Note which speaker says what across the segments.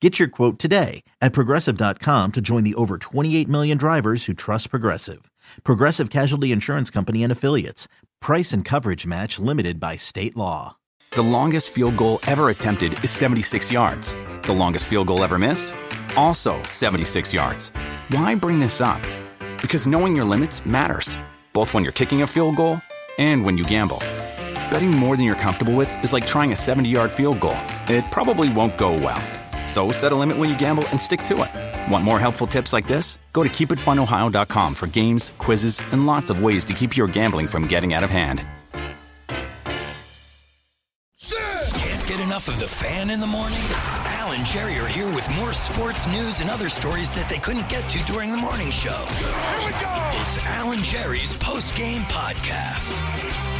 Speaker 1: Get your quote today at progressive.com to join the over 28 million drivers who trust Progressive. Progressive Casualty Insurance Company and Affiliates. Price and coverage match limited by state law.
Speaker 2: The longest field goal ever attempted is 76 yards. The longest field goal ever missed? Also 76 yards. Why bring this up? Because knowing your limits matters, both when you're kicking a field goal and when you gamble. Betting more than you're comfortable with is like trying a 70 yard field goal, it probably won't go well. So set a limit when you gamble and stick to it. Want more helpful tips like this? Go to keepitfunohio.com for games, quizzes, and lots of ways to keep your gambling from getting out of hand.
Speaker 3: Can't get enough of the fan in the morning? Al and Jerry are here with more sports news and other stories that they couldn't get to during the morning show. Here we go! It's Al and Jerry's post game podcast.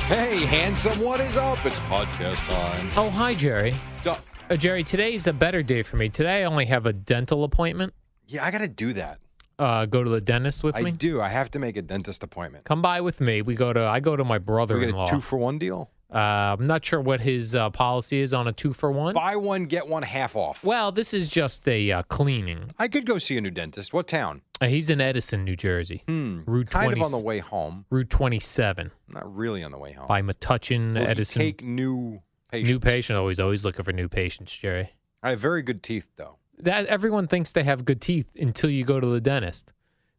Speaker 4: Hey, handsome, what is up? It's podcast time.
Speaker 5: Oh, hi, Jerry.
Speaker 4: So-
Speaker 5: Uh, Jerry, today's a better day for me. Today I only have a dental appointment.
Speaker 4: yeah, I got to do that.
Speaker 5: Uh, go to the dentist with
Speaker 4: I
Speaker 5: me.
Speaker 4: do. I have to make a dentist appointment.
Speaker 5: Come by with me. We go to. I go to
Speaker 4: we
Speaker 5: my
Speaker 4: get a
Speaker 5: brother-in-law.
Speaker 4: two for one deal.
Speaker 5: uh, I'm not sure what his uh, policy is on a two for one.
Speaker 4: Buy one, get one half off.
Speaker 5: Well, this is just a uh, cleaning.
Speaker 4: I could go see a new dentist. What town?
Speaker 5: Uh, he's in Edison, New Jersey.
Speaker 4: Hmm.
Speaker 5: Route
Speaker 4: kind of
Speaker 5: 20
Speaker 4: on the way home.
Speaker 5: Route 27
Speaker 4: Not really on the way home.
Speaker 5: by Metuchen,
Speaker 4: Well, you
Speaker 5: Edison.
Speaker 4: Take new patients.
Speaker 5: New patient always always looking for new patients, Jerry.
Speaker 4: I have very good teeth, though.
Speaker 5: that everyone thinks they have good teeth until you go to the dentist.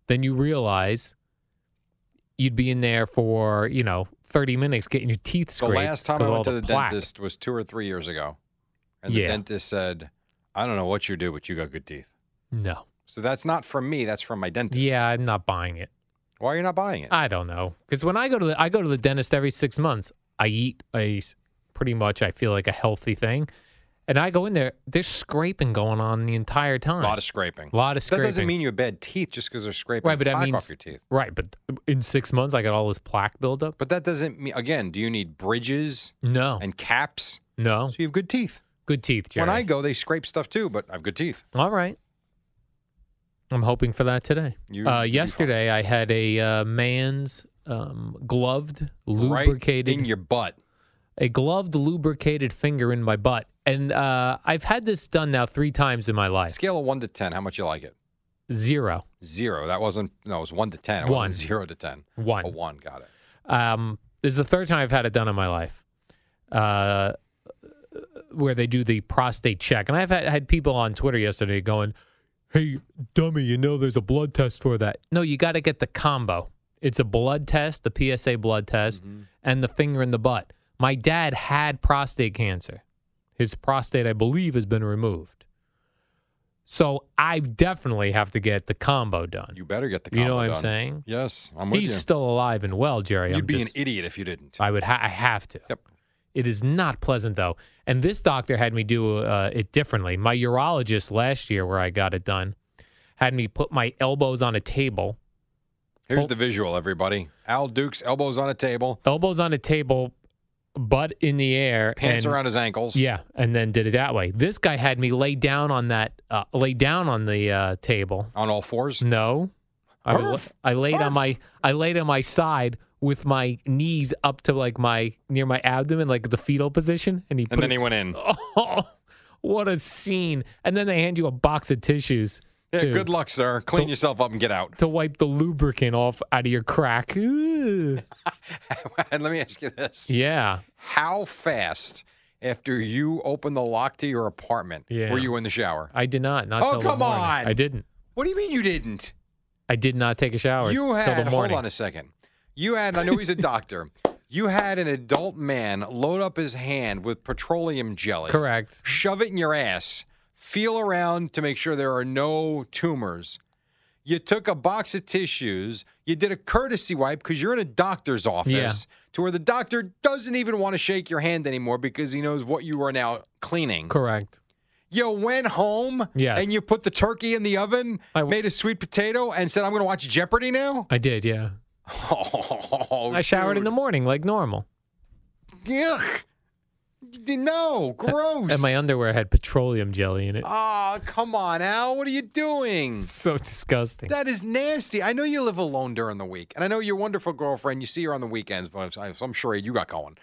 Speaker 5: Then you realize you'd be in there for, you know, 30 minutes getting your teeth
Speaker 4: The
Speaker 5: scraped.
Speaker 4: last time I
Speaker 5: 'cause of
Speaker 4: went
Speaker 5: all
Speaker 4: to the
Speaker 5: plaque.
Speaker 4: dentist was two or three years ago, and the
Speaker 5: Yeah.
Speaker 4: dentist said, "I don't know what you do, but you got good teeth."
Speaker 5: No.
Speaker 4: So that's not from me. That's from my dentist.
Speaker 5: Yeah, I'm not buying it.
Speaker 4: Why are you not buying it?
Speaker 5: I don't know. Cuz when I go to the I go to the dentist every 6 months, I eat a s- pretty much I feel like a healthy thing. And I go in there, there's scraping going on the entire
Speaker 4: a
Speaker 5: time.
Speaker 4: lot of scraping.
Speaker 5: lot of
Speaker 4: That
Speaker 5: scraping.
Speaker 4: doesn't mean you have bad teeth just because they're scraping
Speaker 5: Right, but that
Speaker 4: plaque
Speaker 5: means-
Speaker 4: off your teeth.
Speaker 5: Right, but in 6 months I got all this plaque buildup?
Speaker 4: But that doesn't mean again. Do you need bridges
Speaker 5: No.
Speaker 4: and caps
Speaker 5: No.
Speaker 4: so you have good teeth?
Speaker 5: Good teeth, Oh. Jerry.
Speaker 4: When I go, they scrape stuff too, but I have good teeth.
Speaker 5: All right. I'm hoping for that today.
Speaker 4: You- you'll be
Speaker 5: uh,
Speaker 4: fine.
Speaker 5: yesterday, I had a uh, man's um, gloved,
Speaker 4: right
Speaker 5: lubricated,
Speaker 4: in your butt.
Speaker 5: a gloved, lubricated finger in my butt, and uh, I've had this done now three times in my life.
Speaker 4: Scale of one to ten, how much you like it?
Speaker 5: Zero,
Speaker 4: Zero. That wasn't no. It was one to ten. It
Speaker 5: One.
Speaker 4: wasn't zero to ten.
Speaker 5: one.
Speaker 4: A one. Got it.
Speaker 5: Um, this is the third time I've had it done in my life, uh, where they do the prostate check. And I've had, had people on Twitter yesterday going, "Hey, dummy, you know there's a blood test for that." No, you got to get the combo. It's a blood test, the PSA blood test,
Speaker 4: Mm-hmm.
Speaker 5: and the finger in the butt. My dad had prostate cancer. His prostate, I believe, has been removed. So I definitely have to get the combo done.
Speaker 4: You better get the.
Speaker 5: You know
Speaker 4: combo
Speaker 5: what I'm
Speaker 4: done.
Speaker 5: saying?
Speaker 4: Yes, I'm with
Speaker 5: He's
Speaker 4: you.
Speaker 5: still alive and well, Jerry.
Speaker 4: You'd
Speaker 5: I'm
Speaker 4: be
Speaker 5: just-
Speaker 4: an idiot if you didn't.
Speaker 5: I would. Ha- I have to.
Speaker 4: Yep.
Speaker 5: It is not pleasant though, and this doctor had me do uh, it differently. My urologist last year, where I got it done, had me put my elbows on a table,
Speaker 4: Here's
Speaker 5: Oh.
Speaker 4: the visual, everybody. Al Duke's elbows on a table,
Speaker 5: elbows on a table, butt in the air,
Speaker 4: pants
Speaker 5: and,
Speaker 4: around his ankles.
Speaker 5: Yeah, and then did it that way. This guy had me lay down on that, uh, lay down on the uh, table.
Speaker 4: On all fours.
Speaker 5: No, I, was-
Speaker 4: Herf!
Speaker 5: I laid
Speaker 4: Herf!
Speaker 5: on my, I laid on my side. With my knees up to like my near my abdomen, like the fetal position, and he put
Speaker 4: And then
Speaker 5: his
Speaker 4: he went in.
Speaker 5: Oh, what a scene! And then they hand you a box of tissues
Speaker 4: Yeah,
Speaker 5: to,
Speaker 4: good luck, sir. Clean yourself up and get out.
Speaker 5: to wipe the lubricant off out of your crack. Ugh.
Speaker 4: and let me ask you this.
Speaker 5: yeah,
Speaker 4: How fast after you opened the lock to your apartment
Speaker 5: Yeah.
Speaker 4: were you in the shower?
Speaker 5: I did not. Not
Speaker 4: Oh,
Speaker 5: till the
Speaker 4: come
Speaker 5: morning.
Speaker 4: on.
Speaker 5: I didn't.
Speaker 4: What do you mean you didn't?
Speaker 5: I did not take a shower.
Speaker 4: You
Speaker 5: till
Speaker 4: had
Speaker 5: the
Speaker 4: hold
Speaker 5: morning.
Speaker 4: on a second. You had I know he's a doctor. You had an adult man load up his hand with petroleum jelly.
Speaker 5: Correct.
Speaker 4: Shove it in your ass. Feel around to make sure there are no tumors. You took a box of tissues. You did a courtesy wipe because you're in a doctor's office to where the doctor doesn't even want to shake your hand anymore because he knows what you are now cleaning.
Speaker 5: Correct.
Speaker 4: You went home
Speaker 5: Yes.
Speaker 4: and you put the turkey in the oven,
Speaker 5: I w-
Speaker 4: made a sweet potato, and said, I'm going to watch Jeopardy now?
Speaker 5: I did. Yeah.
Speaker 4: Oh,
Speaker 5: I showered in the
Speaker 4: dude.
Speaker 5: morning like normal,
Speaker 4: Yuck. D- No, gross.
Speaker 5: and my underwear had petroleum jelly in it.
Speaker 4: Oh, come on, Al. What are you doing?
Speaker 5: So disgusting.
Speaker 4: That is nasty. I know you live alone during the week, and I know your wonderful girlfriend. You see her on the weekends, but I'm, I'm sure you got going.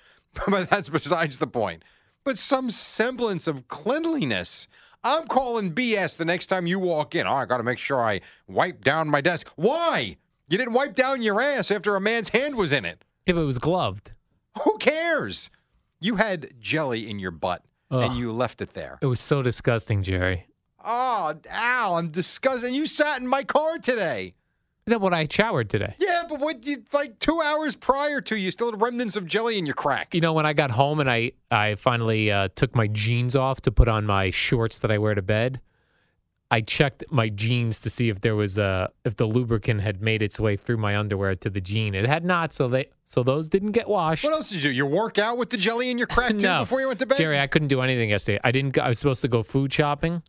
Speaker 4: But that's besides the point. But some semblance of cleanliness. I'm calling BS the next time you walk in. Oh, I got to make sure I wipe down my desk. Why? You didn't wipe down your ass after a man's hand was in it.
Speaker 5: If it was gloved,
Speaker 4: Who cares? You had jelly in your butt,
Speaker 5: Ugh.
Speaker 4: and you left it there.
Speaker 5: it was so disgusting, Jerry.
Speaker 4: Oh, Al, I'm disgusted. You sat in my car today.
Speaker 5: Then what I showered today.
Speaker 4: Yeah, but what did like two hours prior to you still had remnants of jelly in your crack?
Speaker 5: You know, when I got home and I I finally uh, took my jeans off to put on my shorts that I wear to bed, I checked my jeans to see if there was uh if the lubricant had made its way through my underwear to the jean. It had not, so they so those didn't get washed.
Speaker 4: What else did you do? You work out with the jelly in your crack too
Speaker 5: no,
Speaker 4: before you went to bed?
Speaker 5: Jerry, I couldn't do anything yesterday. I didn't. Go, I was supposed to go food shopping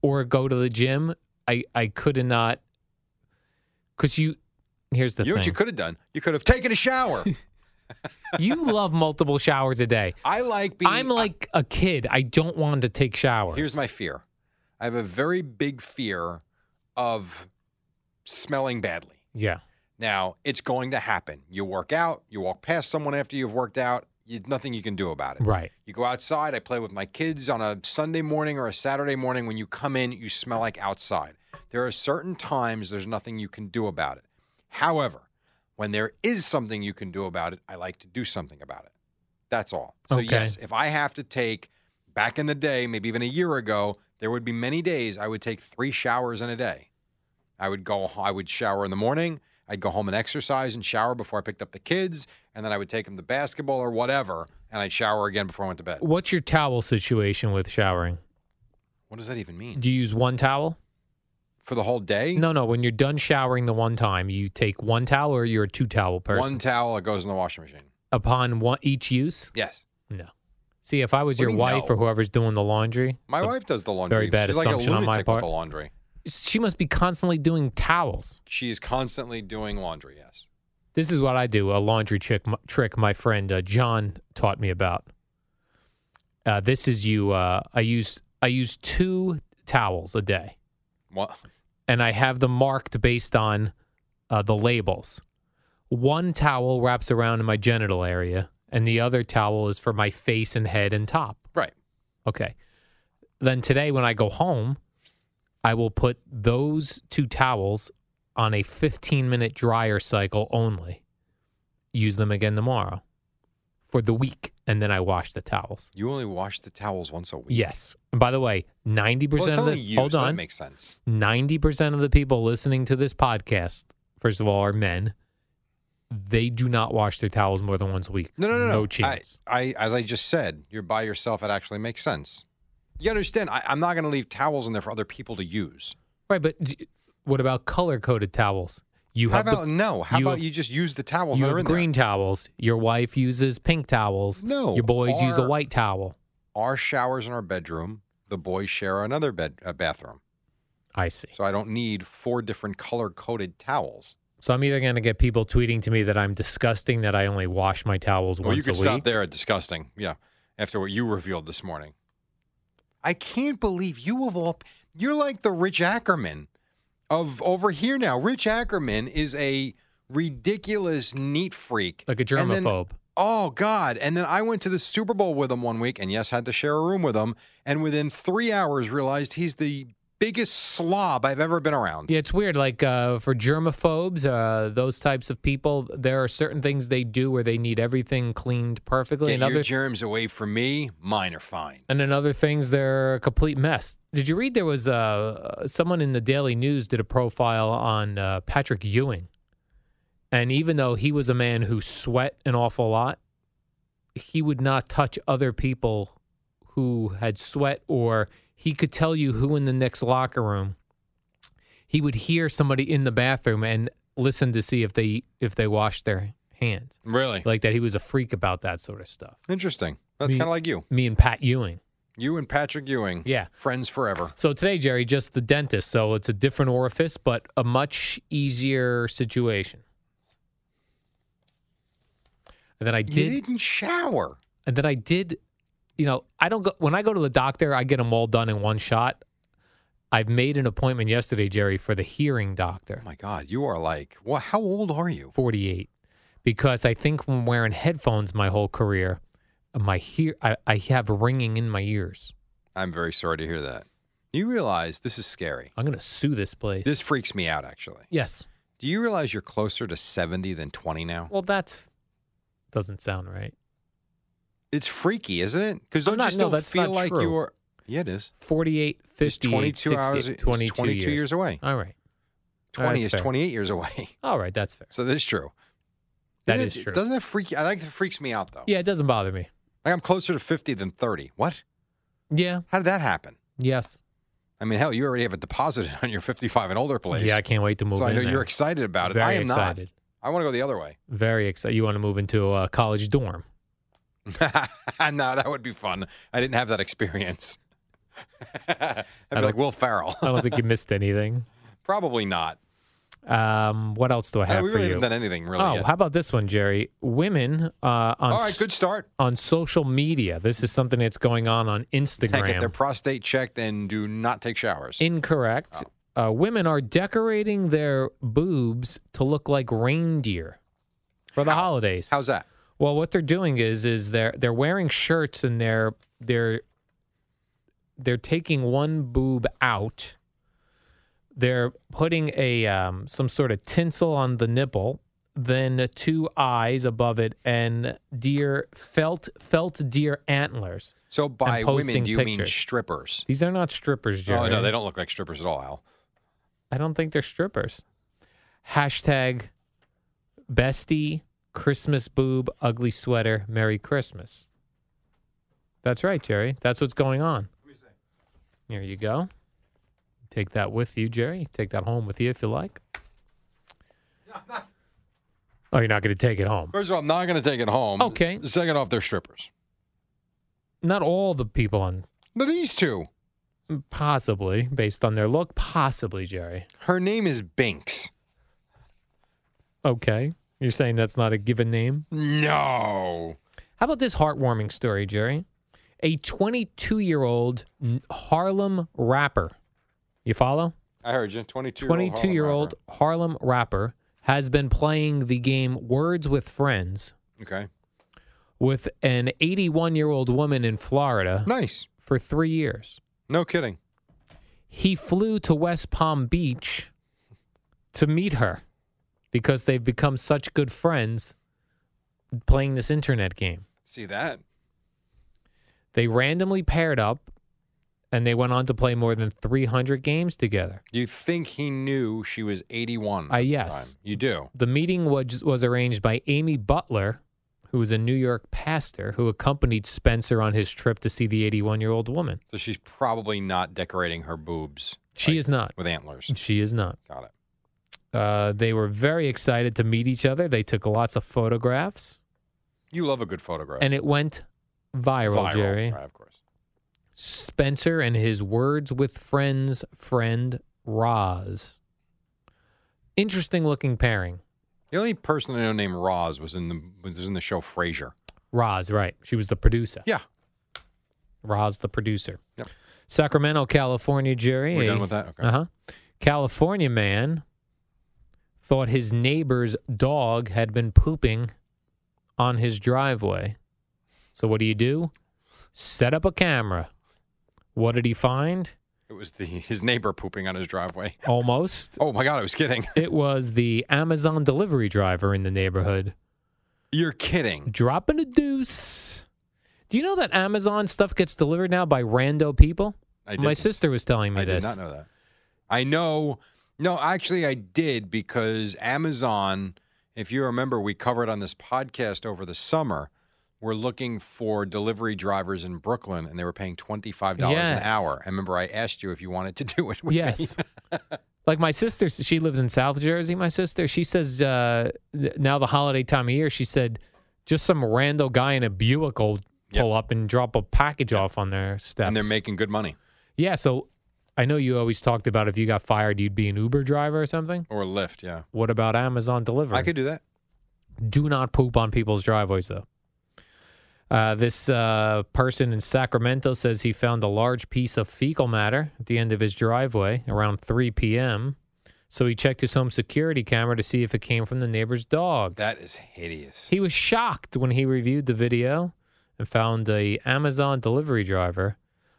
Speaker 5: or go to the gym. I I could not because you. Here's the
Speaker 4: you know what
Speaker 5: thing.
Speaker 4: you could have done? You could have taken a shower.
Speaker 5: you love multiple showers a day.
Speaker 4: I like being.
Speaker 5: I'm like a kid. I don't want to take showers.
Speaker 4: Here's my fear. I have a very big fear of smelling badly.
Speaker 5: yeah.
Speaker 4: Now, it's going to happen. You work out, you walk past someone after you've worked out, you, nothing you can do about it.
Speaker 5: Right.
Speaker 4: You go outside, I play with my kids on a Sunday morning or a Saturday morning. When you come in, you smell like outside. There are certain times there's nothing you can do about it. However, when there is something you can do about it, I like to do something about it. That's all. So,
Speaker 5: Okay.
Speaker 4: yes, if I have to take back in the day, maybe even a year ago, there would be many days I would take three showers in a day. I would go, I would shower in the morning. I'd go home and exercise and shower before I picked up the kids. And then I would take them to basketball or whatever. And I'd shower again before I went to bed.
Speaker 5: What's your towel situation with showering?
Speaker 4: What does that even mean?
Speaker 5: Do you use one towel?
Speaker 4: For the whole day?
Speaker 5: No, no. When you're done showering the one time, you take one towel or you're a two towel person.
Speaker 4: One towel, it goes in the washing machine.
Speaker 5: Upon one each use?
Speaker 4: Yes.
Speaker 5: No. See, if I was
Speaker 4: What do
Speaker 5: your
Speaker 4: you
Speaker 5: wife
Speaker 4: know?
Speaker 5: or whoever's doing the laundry,
Speaker 4: My
Speaker 5: so
Speaker 4: wife does the laundry.
Speaker 5: very bad
Speaker 4: She's like a
Speaker 5: assumption on my
Speaker 4: lunatic
Speaker 5: part.
Speaker 4: with the laundry.
Speaker 5: she must be constantly doing towels.
Speaker 4: She is constantly doing laundry, yes.
Speaker 5: This is what I do a laundry trick, m- trick my friend uh, John taught me about. Uh, this is you. Uh, I use I use two towels a day.
Speaker 4: What?
Speaker 5: and I have them marked based on uh, the labels. One towel wraps around in my genital area, and the other towel is for my face and head and top.
Speaker 4: Right.
Speaker 5: Okay. Then today, when I go home, I will put those two towels on a 15 minute dryer cycle only. Use them again tomorrow for the week, and then I wash the towels.
Speaker 4: You only wash the towels once a week.
Speaker 5: Yes. And by the way, 90%
Speaker 4: Well, it's
Speaker 5: of the.
Speaker 4: only you,
Speaker 5: hold
Speaker 4: so
Speaker 5: on.
Speaker 4: that makes sense.
Speaker 5: 90% of the people listening to this podcast, first of all, are men. They do not wash their towels more than once a week.
Speaker 4: No, no, no, no.
Speaker 5: No chance.
Speaker 4: I, I, as I just said, you're by yourself. It actually makes sense. You understand? I, I'm not going to leave towels in there for other people to use.
Speaker 5: Right, but d- what about color coded towels? You
Speaker 4: How
Speaker 5: have the-
Speaker 4: about no? How
Speaker 5: you
Speaker 4: about
Speaker 5: have-
Speaker 4: you just use the towels
Speaker 5: you
Speaker 4: that are
Speaker 5: have
Speaker 4: in
Speaker 5: green towels. Your wife uses pink towels.
Speaker 4: No,
Speaker 5: Your boys use a
Speaker 4: our-
Speaker 5: white towel.
Speaker 4: there? Our showers in our bedroom. The boys share another bed, uh, bathroom,
Speaker 5: I see.
Speaker 4: so I don't need four different color coded towels.
Speaker 5: So I'm either going to get people tweeting to me that I'm disgusting that I only wash my towels
Speaker 4: Well,
Speaker 5: once
Speaker 4: you could
Speaker 5: a week.
Speaker 4: stop there at disgusting. Yeah, after what you revealed this morning, I can't believe you of all. You're like the Rich Ackerman of over here now. Rich Ackerman is a ridiculous neat freak,
Speaker 5: Like a
Speaker 4: And then-
Speaker 5: germaphobe.
Speaker 4: oh God! And then I went to the Super Bowl with him one week, and yes, had to share a room with him. And within three hours, realized he's the biggest slob I've ever been around.
Speaker 5: Yeah, it's weird. Like uh, for germaphobes, uh, those types of people, there are certain things they do where they need everything cleaned perfectly,
Speaker 4: Get
Speaker 5: and
Speaker 4: your
Speaker 5: other
Speaker 4: germs away from me. Mine are fine.
Speaker 5: and in other things they're a complete mess. Did you read there was uh, someone in the Daily News did a profile on uh, Patrick Ewing, and even though he was a man who sweat an awful lot, he would not touch other people who had sweat, or he could tell you who in the next locker room. He would hear somebody in the bathroom and listen to see if they if they washed their hands.
Speaker 4: Really
Speaker 5: Like that, he was a freak about that sort of stuff.
Speaker 4: interesting. That's
Speaker 5: Me-
Speaker 4: kind of like you.
Speaker 5: Me and Pat Ewing.
Speaker 4: You and Patrick Ewing.
Speaker 5: Yeah.
Speaker 4: Friends forever.
Speaker 5: So today, Jerry, just the dentist. So it's a different orifice, but a much easier situation. And then I
Speaker 4: You
Speaker 5: did,
Speaker 4: didn't shower.
Speaker 5: and then I did. You know, I don't go when I go to the doctor. I get them all done in one shot. I've made an appointment yesterday, Jerry, for the hearing doctor.
Speaker 4: Oh my God, you are like, well, how old are you?
Speaker 5: 48 because I think when wearing headphones my whole career, my hear I, I have ringing in my ears.
Speaker 4: I'm very sorry to hear that. You realize this is scary.
Speaker 5: I'm gonna sue this place.
Speaker 4: This freaks me out, actually.
Speaker 5: yes.
Speaker 4: Do you realize you're closer to 70 than 20 now?
Speaker 5: Well, that's doesn't sound right.
Speaker 4: It's freaky, isn't it? Because
Speaker 5: I'm
Speaker 4: don't
Speaker 5: not-
Speaker 4: you
Speaker 5: no,
Speaker 4: still
Speaker 5: that's
Speaker 4: feel
Speaker 5: not
Speaker 4: like
Speaker 5: true.
Speaker 4: you are? Yeah, it is.
Speaker 5: 48, 58,
Speaker 4: 22 hours-
Speaker 5: 68,
Speaker 4: it's
Speaker 5: 22,
Speaker 4: 22 years away.
Speaker 5: All right. All right,
Speaker 4: 20 is
Speaker 5: Ah, that's fair.
Speaker 4: 28 years away.
Speaker 5: All right, that's fair.
Speaker 4: So that's true.
Speaker 5: That
Speaker 4: Isn't
Speaker 5: is
Speaker 4: it-
Speaker 5: true.
Speaker 4: Doesn't it freak you? I like it freaks me out, though.
Speaker 5: Yeah, it doesn't bother me.
Speaker 4: Like I'm closer to 50 than 30. What?
Speaker 5: Yeah.
Speaker 4: How did that happen?
Speaker 5: Yes.
Speaker 4: I mean, hell, you already have a deposit on your 55 and older place.
Speaker 5: Yeah, I can't wait to move
Speaker 4: so I
Speaker 5: in
Speaker 4: know
Speaker 5: there.
Speaker 4: you're excited about it.
Speaker 5: Very
Speaker 4: I am
Speaker 5: excited.
Speaker 4: not. I want to go the other way.
Speaker 5: Very excited. You want to move into a uh, college dorm.
Speaker 4: no, that would be fun. I didn't have that experience. I'd be
Speaker 5: don't-
Speaker 4: like Will Farrell.
Speaker 5: I don't think you missed anything.
Speaker 4: Probably not.
Speaker 5: Um, what else do I
Speaker 4: I
Speaker 5: have
Speaker 4: we
Speaker 5: for
Speaker 4: really
Speaker 5: you?
Speaker 4: haven't done anything really.
Speaker 5: oh,
Speaker 4: yet.
Speaker 5: how about this one, Jerry? Women uh, on
Speaker 4: All right,
Speaker 5: s-
Speaker 4: good start.
Speaker 5: on social media. This is something that's going on on
Speaker 4: They Get their
Speaker 5: Instagram.
Speaker 4: prostate checked and do not take showers.
Speaker 5: Incorrect. Uh, women are decorating their boobs to look like reindeer for the holidays.
Speaker 4: How's that?
Speaker 5: Well, what they're doing is is they're they're wearing shirts and they're they're they're taking one boob out. They're putting a um, some sort of tinsel on the nipple, then two eyes above it, and deer felt felt deer antlers.
Speaker 4: So by women,
Speaker 5: posting
Speaker 4: do you mean
Speaker 5: pictures.
Speaker 4: strippers?
Speaker 5: These are not strippers, Jerry.
Speaker 4: Oh no, they don't look like strippers at all, Al.
Speaker 5: I don't think they're strippers. Hashtag bestie Christmas boob ugly sweater Merry Christmas. That's right, Jerry. That's what's going on. Here you go. Take that with you, Jerry. Take that home with you if you like. Oh, you're not going to take it home.
Speaker 4: First of all, I'm not going to take it home.
Speaker 5: Okay.
Speaker 4: Second off, they're strippers.
Speaker 5: Not all the people on,
Speaker 4: But these two.
Speaker 5: possibly based on their look, possibly Jerry.
Speaker 4: Her name is Binks.
Speaker 5: Okay, you're saying that's not a given name.
Speaker 4: No.
Speaker 5: How about this heartwarming story, Jerry? A 22 year old Harlem rapper. You follow?
Speaker 4: I heard you. 22
Speaker 5: 22 year old Harlem rapper has been playing the game Words with Friends
Speaker 4: Okay.
Speaker 5: with an 81 year old woman in Florida
Speaker 4: Nice.
Speaker 5: for three years.
Speaker 4: No kidding.
Speaker 5: He flew to West Palm Beach to meet her because they've become such good friends playing this internet game.
Speaker 4: See that?
Speaker 5: They randomly paired up and they went on to play more than 300 games together.
Speaker 4: You think he knew she was 81? at
Speaker 5: Uh,
Speaker 4: the
Speaker 5: yes.
Speaker 4: time. You do.
Speaker 5: The meeting was, was arranged by Amy Butler, who was a New York pastor who accompanied Spencer on his trip to see the 81 year old woman.
Speaker 4: So she's probably not decorating her boobs
Speaker 5: She
Speaker 4: like,
Speaker 5: is not.
Speaker 4: with antlers.
Speaker 5: She is not.
Speaker 4: Got it.
Speaker 5: Uh, they were very excited to meet each other. They took lots of photographs
Speaker 4: You love a good photograph.
Speaker 5: and it went viral, Jerry.
Speaker 4: Right, of course.
Speaker 5: Spencer and his Words with Friends friend, Roz. Interesting looking pairing.
Speaker 4: The only person I know named Roz was in the was in the show Frasier.
Speaker 5: Roz, right. She was the producer.
Speaker 4: Yeah.
Speaker 5: Roz, the producer.
Speaker 4: Yep.
Speaker 5: Sacramento, California, Jerry.
Speaker 4: We're done with that? Okay.
Speaker 5: Uh huh. California man thought his neighbor's dog had been pooping on his driveway. So what do you do? Set up a camera. What did he find?
Speaker 4: It was the his neighbor pooping on his driveway.
Speaker 5: Almost.
Speaker 4: Oh my god, I was kidding.
Speaker 5: It was the Amazon delivery driver in the neighborhood
Speaker 4: You're kidding.
Speaker 5: dropping a deuce. Do you know that Amazon stuff gets delivered now by rando people?
Speaker 4: I
Speaker 5: My
Speaker 4: didn't.
Speaker 5: sister was telling me
Speaker 4: I
Speaker 5: this.
Speaker 4: did not know that. I know. No, actually, I did because Amazon, if you remember, we covered on this podcast over the summer. We're looking for delivery drivers in Brooklyn, and they were paying twenty five dollars
Speaker 5: Yes.
Speaker 4: an hour. I remember I asked you if you wanted to do it. With me.
Speaker 5: Yes. like my sister, she lives in South Jersey. My sister, she says uh, th- now the holiday time of year, she said just some rando guy in a Buick will
Speaker 4: Yep.
Speaker 5: pull up and drop a package off on their steps.
Speaker 4: and they're making good money,
Speaker 5: yeah. So I know you always talked about if you got fired, you'd be an Uber driver or something.
Speaker 4: or Lyft. Yeah,
Speaker 5: What about Amazon delivery?
Speaker 4: I could do that.
Speaker 5: Do not poop on people's driveways, though. Uh, this uh, person in Sacramento says he found a large piece of fecal matter at the end of his driveway around 3 p.m. So he checked his home security camera to see if it came from the neighbor's dog.
Speaker 4: That is hideous.
Speaker 5: He was shocked when he reviewed the video and found a Amazon delivery driver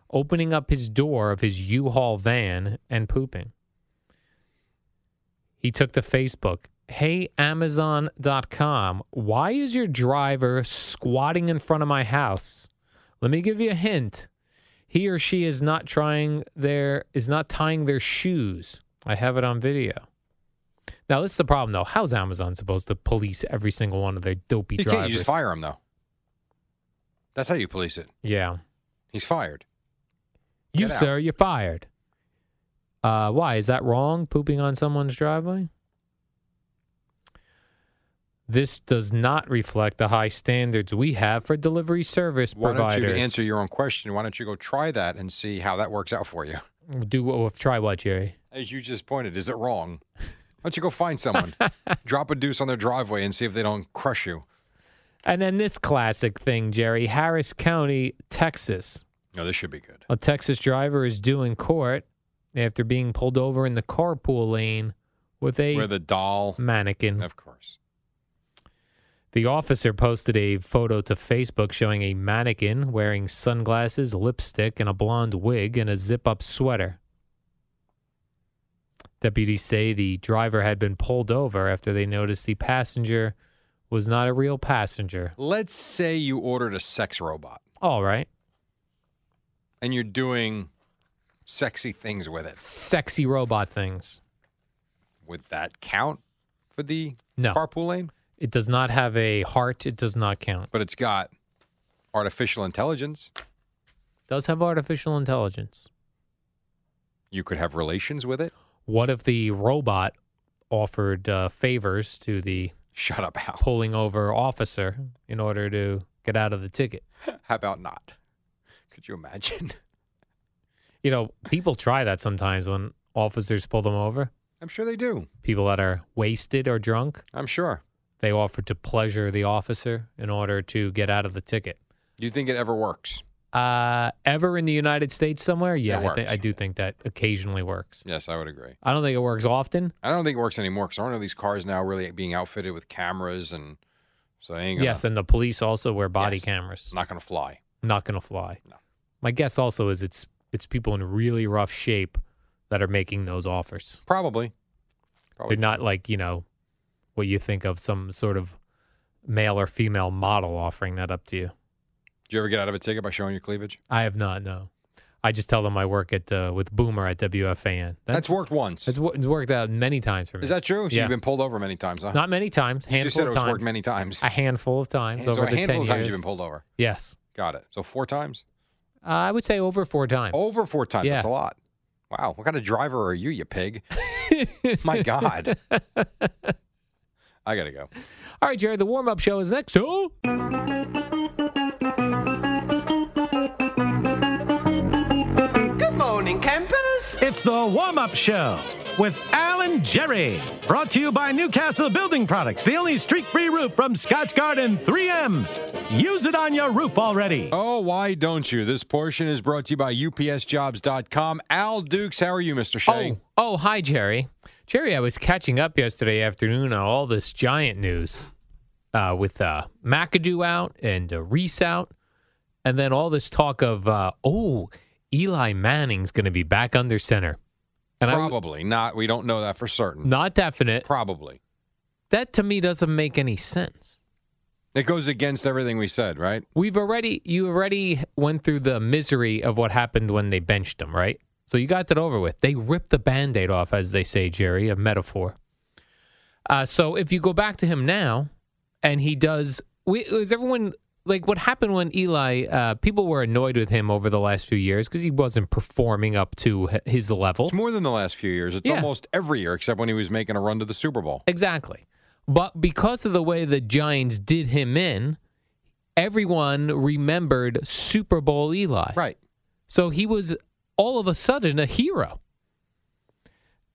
Speaker 5: opening up his door of his U-Haul van and pooping. He took to Facebook, "Hey amazon.com, why is your driver squatting in front of my house? Let me give you a hint. He or she is not trying their is not tying their shoes. I have it on video." Now, this is the problem, though. How's Amazon supposed to police every single one of their dopey
Speaker 4: You
Speaker 5: drivers?
Speaker 4: can't you just fire him though. That's how you police it.
Speaker 5: Yeah.
Speaker 4: He's fired.
Speaker 5: You,
Speaker 4: Get out.
Speaker 5: sir, you're fired. Uh, why? Is that wrong? Pooping on someone's driveway? This does not reflect the high standards we have for delivery service
Speaker 4: Why
Speaker 5: providers.
Speaker 4: don't you to answer your own question? Why don't you go try that and see how that works out for you?
Speaker 5: Do what? Try what, Jerry?
Speaker 4: As you just pointed, is it wrong? Why don't you go find someone, drop a deuce on their driveway, and see if they don't crush you?
Speaker 5: And then this classic thing, Jerry, Harris County, Texas.
Speaker 4: No, this should be good.
Speaker 5: A Texas driver is due in court after being pulled over in the carpool lane with a
Speaker 4: Where the doll,
Speaker 5: mannequin.
Speaker 4: of course.
Speaker 5: The officer posted a photo to Facebook showing a mannequin wearing sunglasses, lipstick, and a blonde wig and a zip up sweater. Deputies say the driver had been pulled over after they noticed the passenger was not a real passenger.
Speaker 4: Let's say you ordered a sex robot
Speaker 5: All right.
Speaker 4: and you're doing sexy things with it.
Speaker 5: Sexy robot things.
Speaker 4: Would that count for the
Speaker 5: No.
Speaker 4: carpool lane?
Speaker 5: It does not have a heart. It does not count.
Speaker 4: But it's got artificial intelligence.
Speaker 5: It does have artificial intelligence.
Speaker 4: You could have relations with it.
Speaker 5: What if the robot offered uh, favors to the
Speaker 4: Shut up, Al.
Speaker 5: pulling over officer in order to get out of the ticket.
Speaker 4: How about not? Could you imagine?
Speaker 5: You know, people try that sometimes when officers pull them over.
Speaker 4: I'm sure they do.
Speaker 5: People that are wasted or drunk,
Speaker 4: I'm sure.
Speaker 5: they offer to pleasure the officer in order to get out of the ticket.
Speaker 4: Do you think it ever works?
Speaker 5: Uh, ever in the United States somewhere?
Speaker 4: It
Speaker 5: Yeah, I, thi-
Speaker 4: works.
Speaker 5: I do think that occasionally works.
Speaker 4: Yes, I would agree.
Speaker 5: I don't think it works often.
Speaker 4: I don't think it works anymore because aren't all these cars now really being outfitted with cameras and so they ain't gonna,
Speaker 5: Yes, and the police also wear body
Speaker 4: Yes.
Speaker 5: cameras.
Speaker 4: it's not going to fly.
Speaker 5: Not going to fly.
Speaker 4: No.
Speaker 5: My guess also is it's it's people in really rough shape that are making those offers.
Speaker 4: Probably. Probably.
Speaker 5: They're not like, you know, what you think of some sort of male or female model offering that up to you.
Speaker 4: Did you ever get out of a ticket by showing your cleavage?
Speaker 5: I have not, no. I just tell them I work at uh, with Boomer at WFAN.
Speaker 4: That's, worked once.
Speaker 5: It's wo- it's worked out many times for me.
Speaker 4: Is that true? So
Speaker 5: Yeah.
Speaker 4: you've been pulled over many times, huh?
Speaker 5: not many times?
Speaker 4: you
Speaker 5: Handful
Speaker 4: just said it
Speaker 5: of
Speaker 4: was
Speaker 5: times.
Speaker 4: worked many times.
Speaker 5: A handful of times
Speaker 4: so
Speaker 5: over
Speaker 4: a
Speaker 5: the
Speaker 4: handful of
Speaker 5: 10 years.
Speaker 4: times you've been pulled over.
Speaker 5: yes,
Speaker 4: Got it. So four times?
Speaker 5: uh, I would say over four times.
Speaker 4: Over four times.
Speaker 5: Yeah.
Speaker 4: That's a lot. Wow. What kind of driver are you, you pig? My God. I got to go.
Speaker 5: All right, Jerry. The warm up show is next. Oh, So
Speaker 6: Good morning, campers.
Speaker 7: It's the warm up show with Alan Jerry. Brought to you by Newcastle Building Products, the only streak free roof from Scotch Garden 3M. Use it on your roof already.
Speaker 4: Oh, why don't you? This portion is brought to you by UPSJobs.com. Al Dukes, how are you, Mr. Shea?
Speaker 5: Oh, oh, hi, Jerry. Jerry, I was catching up yesterday afternoon on all this giant news uh, with uh, McAdoo out and uh, Reese out, and then all this talk of, uh, oh, Eli Manning's going to be back under center. And I,
Speaker 4: Probably not. We don't know that for certain.
Speaker 5: not definite.
Speaker 4: Probably.
Speaker 5: That to me doesn't make any sense.
Speaker 4: It goes against everything we said, right?
Speaker 5: We've already, you already went through the misery of what happened when they benched him, right? So you got that over with. They ripped the band aid off, as they say, Jerry, a metaphor. Uh, so if you go back to him now and he does, we, is everyone like what happened when Eli, uh, people were annoyed with him over the last few years because he wasn't performing up to h- his level.
Speaker 4: It's more than the last few years. It's
Speaker 5: Yeah.
Speaker 4: almost every year, except when he was making a run to the Super Bowl.
Speaker 5: Exactly. But because of the way the Giants did him in, everyone remembered Super Bowl Eli.
Speaker 4: Right.
Speaker 5: So he was all of a sudden a hero.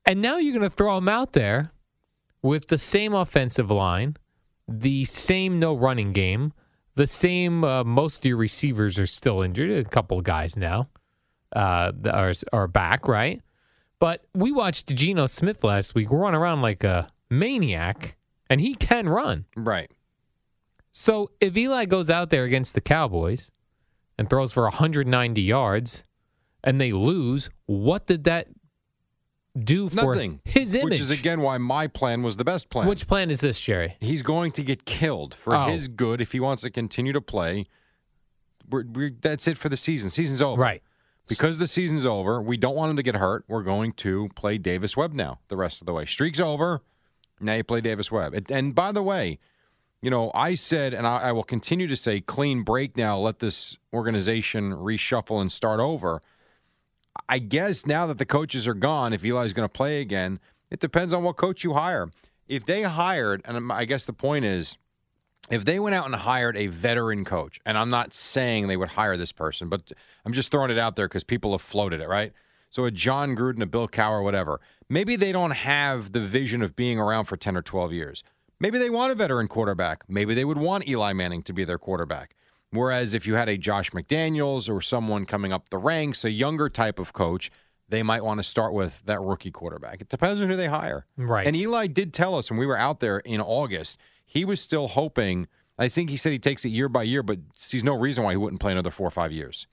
Speaker 5: And now you're going to throw him out there with the same offensive line the same no running game, the same uh, most of your receivers are still injured. A couple of guys now uh, that are are back, right? But we watched Geno Smith last week run around like a maniac, and he can run.
Speaker 4: Right.
Speaker 5: So if Eli goes out there against the Cowboys and throws for 190 yards and they lose, what did that do for
Speaker 4: Nothing.
Speaker 5: his image?
Speaker 4: Which is again why my plan was the best plan.
Speaker 5: Which plan is this, Jerry?
Speaker 4: he's going to get killed for
Speaker 5: Oh.
Speaker 4: his good if he wants to continue to play. We're, we're, that's it for the season. Season's over.
Speaker 5: Right.
Speaker 4: Because the season's over, we don't want him to get hurt. We're going to play Davis Webb now the rest of the way. Streak's over. Now you play Davis Webb. And, and by the way, you know, I said, and I, I will continue to say, clean break now. Let this organization reshuffle and start over. I guess now that the coaches are gone, if Eli's going to play again, it depends on what coach you hire. If they hired, and I guess the point is, if they went out and hired a veteran coach, and I'm not saying they would hire this person, but I'm just throwing it out there because people have floated it, right? So a John Gruden, a Bill Cowher, whatever. Maybe they don't have the vision of being around for 10 or 12 years. Maybe they want a veteran quarterback. Maybe they would want Eli Manning to be their quarterback. Whereas if you had a Josh McDaniels or someone coming up the ranks, a younger type of coach, they might want to start with that rookie quarterback. It depends on who they hire.
Speaker 5: Right.
Speaker 4: And Eli did tell us when we were out there in August, he was still hoping. I think he said he takes it year by year, but sees no reason why he wouldn't play another four or five years.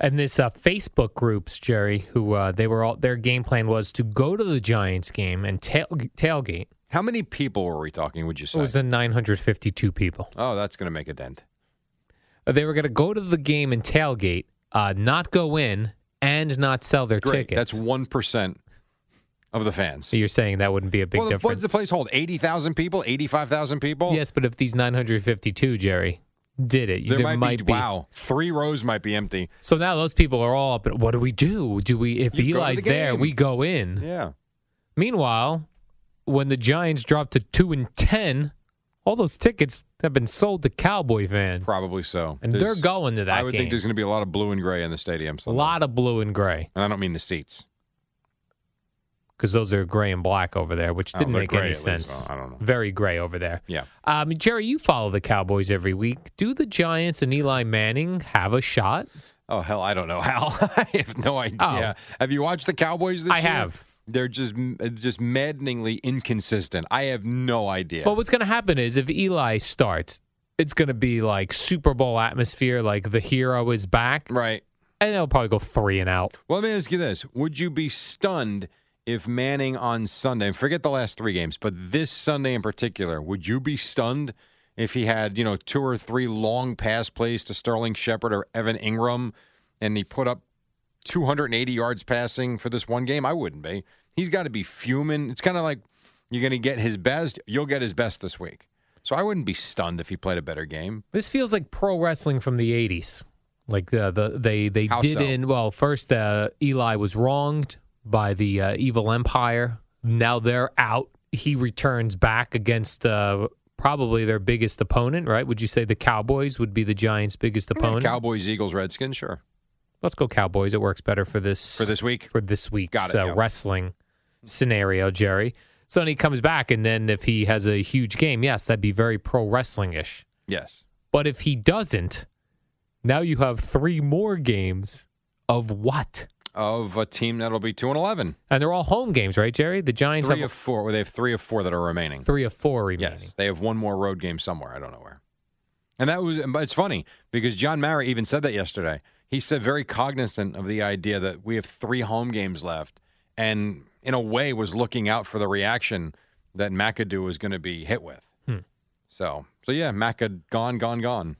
Speaker 5: And this uh, Facebook groups, Jerry, who uh, they were all their game plan was to go to the Giants game and tail, tailgate.
Speaker 4: How many people were we talking, would you
Speaker 5: It
Speaker 4: say?
Speaker 5: was the 952 people.
Speaker 4: oh, that's going to make a dent.
Speaker 5: Uh, They were going to go to the game and tailgate, uh, not go in, and not sell their
Speaker 4: Great.
Speaker 5: tickets.
Speaker 4: That's 1% of the fans.
Speaker 5: So you're saying that wouldn't be a big
Speaker 4: well, the-
Speaker 5: difference.
Speaker 4: what does the place hold? 80,000 people? 85,000 people?
Speaker 5: Yes, but if these 952, Jerry, did it,
Speaker 4: There, might, be, Wow. Three rows might be empty.
Speaker 5: So now those people are all up. But what do we do? Do we, if
Speaker 4: You go to
Speaker 5: Eli's
Speaker 4: the
Speaker 5: there,
Speaker 4: game.
Speaker 5: we go in.
Speaker 4: Yeah.
Speaker 5: Meanwhile, when the Giants dropped to two and ten, all those tickets have been sold to Cowboy fans.
Speaker 4: Probably so.
Speaker 5: And they're going to that
Speaker 4: I would
Speaker 5: game.
Speaker 4: think there's going to be a lot of blue and gray in the stadium.
Speaker 5: A
Speaker 4: Sunday.
Speaker 5: lot of blue and gray
Speaker 4: And I don't mean the seats.
Speaker 5: because those are gray and black over there, which
Speaker 4: Oh,
Speaker 5: didn't
Speaker 4: they're
Speaker 5: make
Speaker 4: gray at
Speaker 5: any
Speaker 4: least.
Speaker 5: sense.
Speaker 4: Oh, I don't know.
Speaker 5: Very gray over there.
Speaker 4: Yeah.
Speaker 5: Um, Jerry, you follow the Cowboys every week. Do the Giants and Eli Manning have a shot?
Speaker 4: Oh hell, I don't know Hal. I have no idea. Have you watched the Cowboys this
Speaker 5: Oh. I
Speaker 4: year?
Speaker 5: have.
Speaker 4: They're just just maddeningly inconsistent. I have no idea.
Speaker 5: But what's going to happen is if Eli starts, it's going to be like Super Bowl atmosphere, like the hero is back,
Speaker 4: right.
Speaker 5: and they'll probably go three and out.
Speaker 4: Well, let me ask you this: Would you be stunned if Manning on Sunday? and Forget the last three games, but this Sunday in particular, would you be stunned if he had you know two or three long pass plays to Sterling Shepard or Evan Ingram, and he put up 280 yards passing for this one game? I wouldn't be. He's got to be fuming. It's kind of like you're going to get his best. You'll get his best this week. So I wouldn't be stunned if he played a better game.
Speaker 5: This feels like pro wrestling from the '80s. Like the, the they they
Speaker 4: How
Speaker 5: did
Speaker 4: so?
Speaker 5: in well first uh, Eli was wronged by the uh, evil empire. Now they're out. He returns back against uh, probably their biggest opponent. Right? Would you say the Cowboys would be the Giants' biggest opponent?
Speaker 4: Cowboys, Eagles, Redskins, sure.
Speaker 5: Let's go Cowboys. It works better for this
Speaker 4: For this week,
Speaker 5: for this week's
Speaker 4: Got it,
Speaker 5: uh,
Speaker 4: yeah.
Speaker 5: wrestling scenario, Jerry. So then he comes back, and then if he has a huge game, yes, that'd be very pro wrestling ish.
Speaker 4: yes.
Speaker 5: But if he doesn't, now you have three more games of what?
Speaker 4: Of a team that'll be two and eleven.
Speaker 5: And they're all home games, right, Jerry? The Giants
Speaker 4: three
Speaker 5: have
Speaker 4: of four. Well, they have three of four that are remaining.
Speaker 5: three of four remaining.
Speaker 4: Yes, they have one more road game somewhere. I don't know where. And that was. But it's funny because John Mara even said that yesterday. He said very cognizant of the idea that we have three home games left, and in a way was looking out for the reaction that McAdoo was going to be hit with.
Speaker 5: Hmm.
Speaker 4: So, so yeah, Maca gone, gone, gone.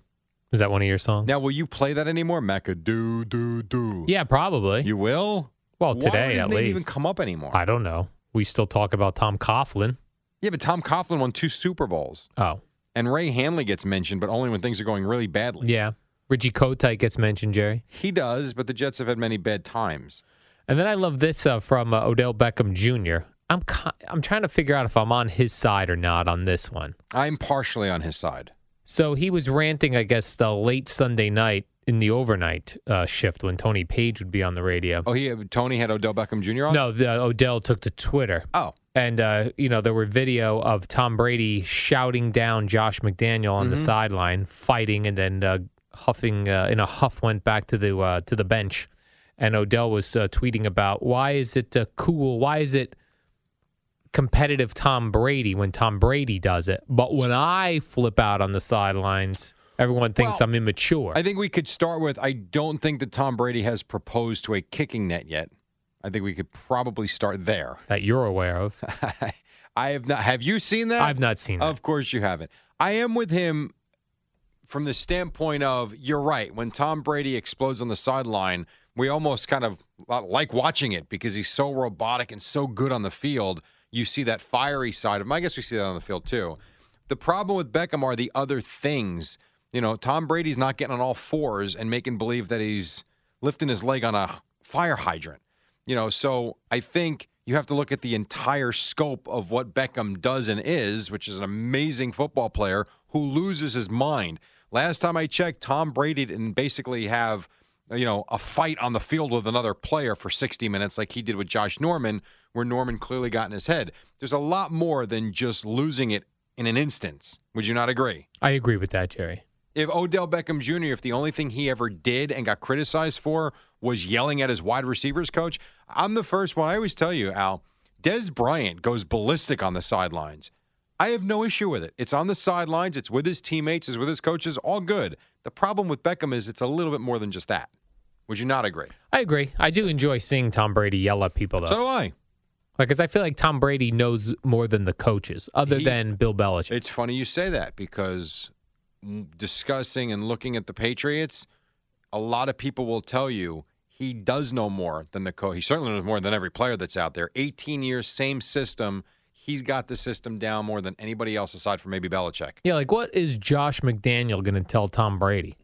Speaker 5: Is that one of your songs?
Speaker 4: Now, will you play that anymore, McAdoo? Do do.
Speaker 5: Yeah, probably.
Speaker 4: you will.
Speaker 5: well,
Speaker 4: Why
Speaker 5: today
Speaker 4: would his
Speaker 5: at
Speaker 4: name
Speaker 5: least.
Speaker 4: even come up anymore.
Speaker 5: I don't know. We still talk about Tom Coughlin.
Speaker 4: yeah, but Tom Coughlin won two Super Bowls.
Speaker 5: Oh,
Speaker 4: And Ray Hanley gets mentioned, but only when things are going really badly.
Speaker 5: yeah. Richie Kotite gets mentioned, Jerry.
Speaker 4: He does, but the Jets have had many bad times.
Speaker 5: And then I love this uh, from uh, Odell Beckham Jr. I'm ki- I'm trying to figure out if I'm on his side or not on this one.
Speaker 4: I'm partially on his side.
Speaker 5: So he was ranting, I guess, the late Sunday night in the overnight uh, shift when Tony Page would be on the radio.
Speaker 4: uh, Oh, he Tony had Odell Beckham Jr. Oh, on.
Speaker 5: No, the, Odell took to Twitter
Speaker 4: Oh,
Speaker 5: And uh, you know there were video of Tom Brady shouting down Josh McDaniel on
Speaker 4: Mm-hmm.
Speaker 5: the sideline, fighting, and then uh, huffing uh, in a huff went back to the uh, to the bench. And Odell was uh, tweeting about why is it uh, cool? Why is it competitive Tom Brady when Tom Brady does it? But when I flip out on the sidelines, everyone thinks
Speaker 4: Well,
Speaker 5: I'm immature.
Speaker 4: I think we could start with I don't think that Tom Brady has proposed to a kicking net yet. I think we could probably start there.
Speaker 5: that you're aware of.
Speaker 4: Uh, I have not. Have you seen that?
Speaker 5: I've not seen
Speaker 4: Of course you haven't. I am with him from the standpoint of you're right. When Tom Brady explodes on the sideline, we almost kind of like watching it because he's so robotic and so good on the field. You see that fiery side of him. I guess we see that on the field too. The problem with Beckham are the other things. You know, Tom Brady's not getting on all fours and making believe that he's lifting his leg on a fire hydrant. You know, so I think you have to look at the entire scope of what Beckham does and is, which is an amazing football player who loses his mind. Last time I checked, Tom Brady didn't basically have, you know, a fight on the field with another player for 60 minutes like he did with Josh Norman, where Norman clearly got in his head. There's a lot more than just losing it in an instance. Would you not agree?
Speaker 5: I agree with that, Jerry.
Speaker 4: If Odell Beckham Jr., if the only thing he ever did and got criticized for was yelling at his wide receivers coach, I'm the first one. I always tell you, Al, Des Bryant goes ballistic on the sidelines. I have no issue with it. It's on the sidelines, it's with his teammates, it's with his coaches, all good. The problem with Beckham is it's a little bit more than just that. Would you not agree?
Speaker 5: I agree. I do enjoy seeing Tom Brady yell at people though.
Speaker 4: So do I.
Speaker 5: Like, because I feel like Tom Brady knows more than the coaches, other
Speaker 4: He-
Speaker 5: than Bill Belichick.
Speaker 4: It's funny you say that because m- discussing and looking at the Patriots, a lot of people will tell you he does know more than the coach. He certainly knows more than every player that's out there. 18 years, same system. He's got the system down more than anybody else aside from maybe Belichick.
Speaker 5: yeah, like what is Josh McDaniel going to tell Tom Brady?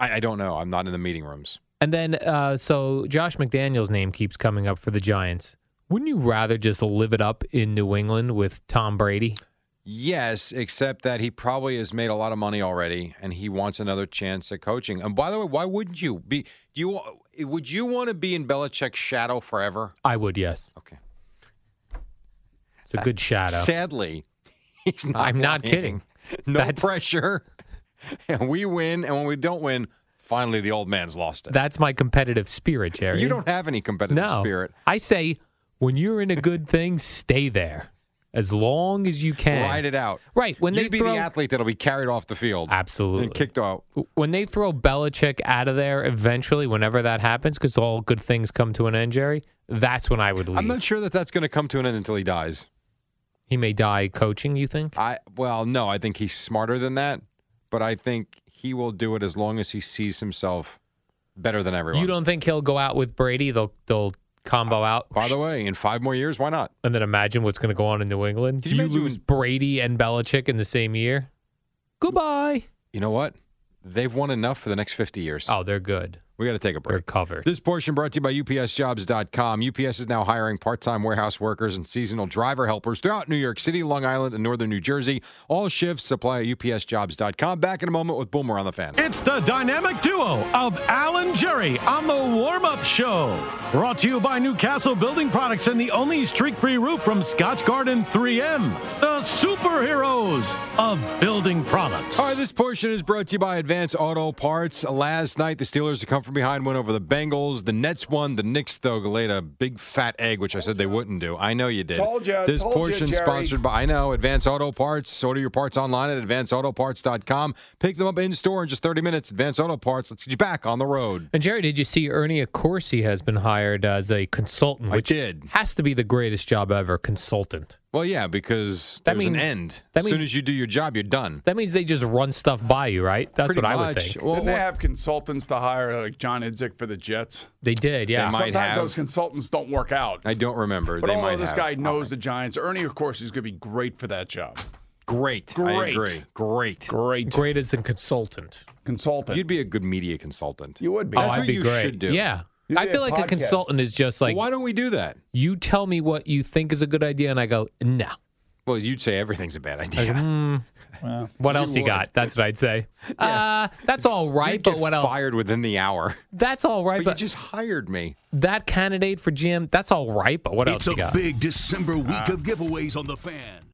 Speaker 4: I, I don't know. I'm not in the meeting rooms.
Speaker 5: And then, uh, so Josh McDaniel's name keeps coming up for the Giants. Wouldn't you rather just live it up in New England with Tom Brady?
Speaker 4: Yes, except that he probably has made a lot of money already, and he wants another chance at coaching. And by the way, why wouldn't you be? Do you would you want to be in Belichick's shadow forever?
Speaker 5: I would, yes.
Speaker 4: Okay.
Speaker 5: It's a good shadow.
Speaker 4: Sadly, he's not
Speaker 5: I'm not
Speaker 4: winning.
Speaker 5: kidding.
Speaker 4: No
Speaker 5: That's-
Speaker 4: pressure. And we win, and when we don't win, finally the old man's lost it.
Speaker 5: That's my competitive spirit, Jerry.
Speaker 4: you don't have any competitive
Speaker 5: no.
Speaker 4: spirit.
Speaker 5: I say, when you're in a good thing, stay there as long as you can.
Speaker 4: Ride it out.
Speaker 5: Right, Eh. when
Speaker 4: you
Speaker 5: they
Speaker 4: be
Speaker 5: throw-
Speaker 4: the athlete that'll be carried off the field
Speaker 5: Absolutely.
Speaker 4: and kicked out.
Speaker 5: when they throw Belichick out of there eventually, whenever that happens, because all good things come to an end, Jerry, that's when I would leave.
Speaker 4: I'm not sure that that's going to come to an end until he dies.
Speaker 5: He may die coaching, you think?
Speaker 4: I well, no, I think he's smarter than that, but I think he will do it as long as he sees himself better than everyone.
Speaker 5: You don't think he'll go out with Brady? They'll they'll
Speaker 4: Uh,
Speaker 5: combo out.
Speaker 4: By the way, in five more years, why not?
Speaker 5: and then imagine what's going to go on in New England.
Speaker 4: Could you
Speaker 5: you
Speaker 4: imagine-
Speaker 5: lose Brady and Belichick in the same year. Goodbye.
Speaker 4: You know what? They've won enough for the next 50 years.
Speaker 5: Oh, they're good.
Speaker 4: We got to take a break.
Speaker 5: They're covered.
Speaker 4: This portion brought to you by UPSJobs.com. UPS is now hiring part time warehouse workers and seasonal driver helpers throughout New York City, Long Island, and northern New Jersey. All shifts supply at UPSJobs.com. Back in a moment with Boomer on the fan.
Speaker 7: It's the dynamic duo of Alan Jerry on the warm up show. Brought to you by Newcastle Building Products and the only streak free roof from Scotch Garden 3M, the superheroes of building products.
Speaker 4: All right, this portion is brought to you by Advance Auto Parts. Last night, the Steelers, a come from behind, win over the Bengals. The Nets won. The Knicks, though, laid a big fat egg, which I said they wouldn't do. I know you did.
Speaker 8: Told ya,
Speaker 4: This
Speaker 8: told ya,
Speaker 4: portion
Speaker 8: Jerry.
Speaker 4: sponsored by, I know, Advance Auto Parts. Order your parts online at advanceautoparts.com. Pick them up in store in just 30 minutes. Advance Auto Parts, let's get you back on the road.
Speaker 5: And Jerry, did you see Ernie Accorsi has been hired as a consultant?
Speaker 4: I
Speaker 5: Which
Speaker 4: did.
Speaker 5: Has to be the greatest job ever, consultant.
Speaker 4: Well, yeah, because
Speaker 5: That
Speaker 4: there's an
Speaker 5: means-
Speaker 4: end.
Speaker 5: that
Speaker 4: as
Speaker 5: means-
Speaker 4: soon as you do your job, you're done.
Speaker 5: That means they just run stuff by you, right? That's
Speaker 4: Pretty
Speaker 5: what I would
Speaker 4: much.
Speaker 5: think.
Speaker 4: Well,
Speaker 8: Didn't they
Speaker 4: well,
Speaker 8: have consultants to hire like John Idzik for the Jets?
Speaker 5: They did, yeah.
Speaker 4: They might
Speaker 8: Sometimes
Speaker 4: have.
Speaker 8: those consultants don't work out.
Speaker 4: I don't remember.
Speaker 8: But
Speaker 4: they
Speaker 8: although
Speaker 4: might
Speaker 8: this
Speaker 4: have.
Speaker 8: guy knows the Giants. Ernie, of course, is going to be great for that job.
Speaker 4: Great. I
Speaker 8: Great.
Speaker 4: agree. Great.
Speaker 8: Great
Speaker 5: Great as a consultant.
Speaker 8: consultant.
Speaker 4: You'd be a good media consultant.
Speaker 8: you would be.
Speaker 5: Oh,
Speaker 4: That's
Speaker 5: I'd
Speaker 4: what
Speaker 5: be
Speaker 4: you
Speaker 5: great.
Speaker 4: should do.
Speaker 5: Yeah.
Speaker 8: You
Speaker 5: I
Speaker 8: did
Speaker 5: feel like a
Speaker 8: podcast.
Speaker 5: consultant is just like
Speaker 4: Why don't we do that?
Speaker 5: you tell me what you think is a good idea, and I go, no.
Speaker 4: Well, you'd say everything's a bad idea.
Speaker 5: Like, mm,
Speaker 9: Well,
Speaker 5: what else you
Speaker 4: would.
Speaker 5: got? That's what I'd say. Uh, that's all right,
Speaker 4: You'd
Speaker 5: but
Speaker 4: get
Speaker 5: what else?
Speaker 4: Fired within the hour.
Speaker 5: That's all right,
Speaker 4: But,
Speaker 5: but
Speaker 4: you just hired me.
Speaker 5: that candidate for GM, that's all right, but what
Speaker 3: It's
Speaker 5: else you
Speaker 3: a
Speaker 5: got?
Speaker 3: big December week of giveaways on the fan.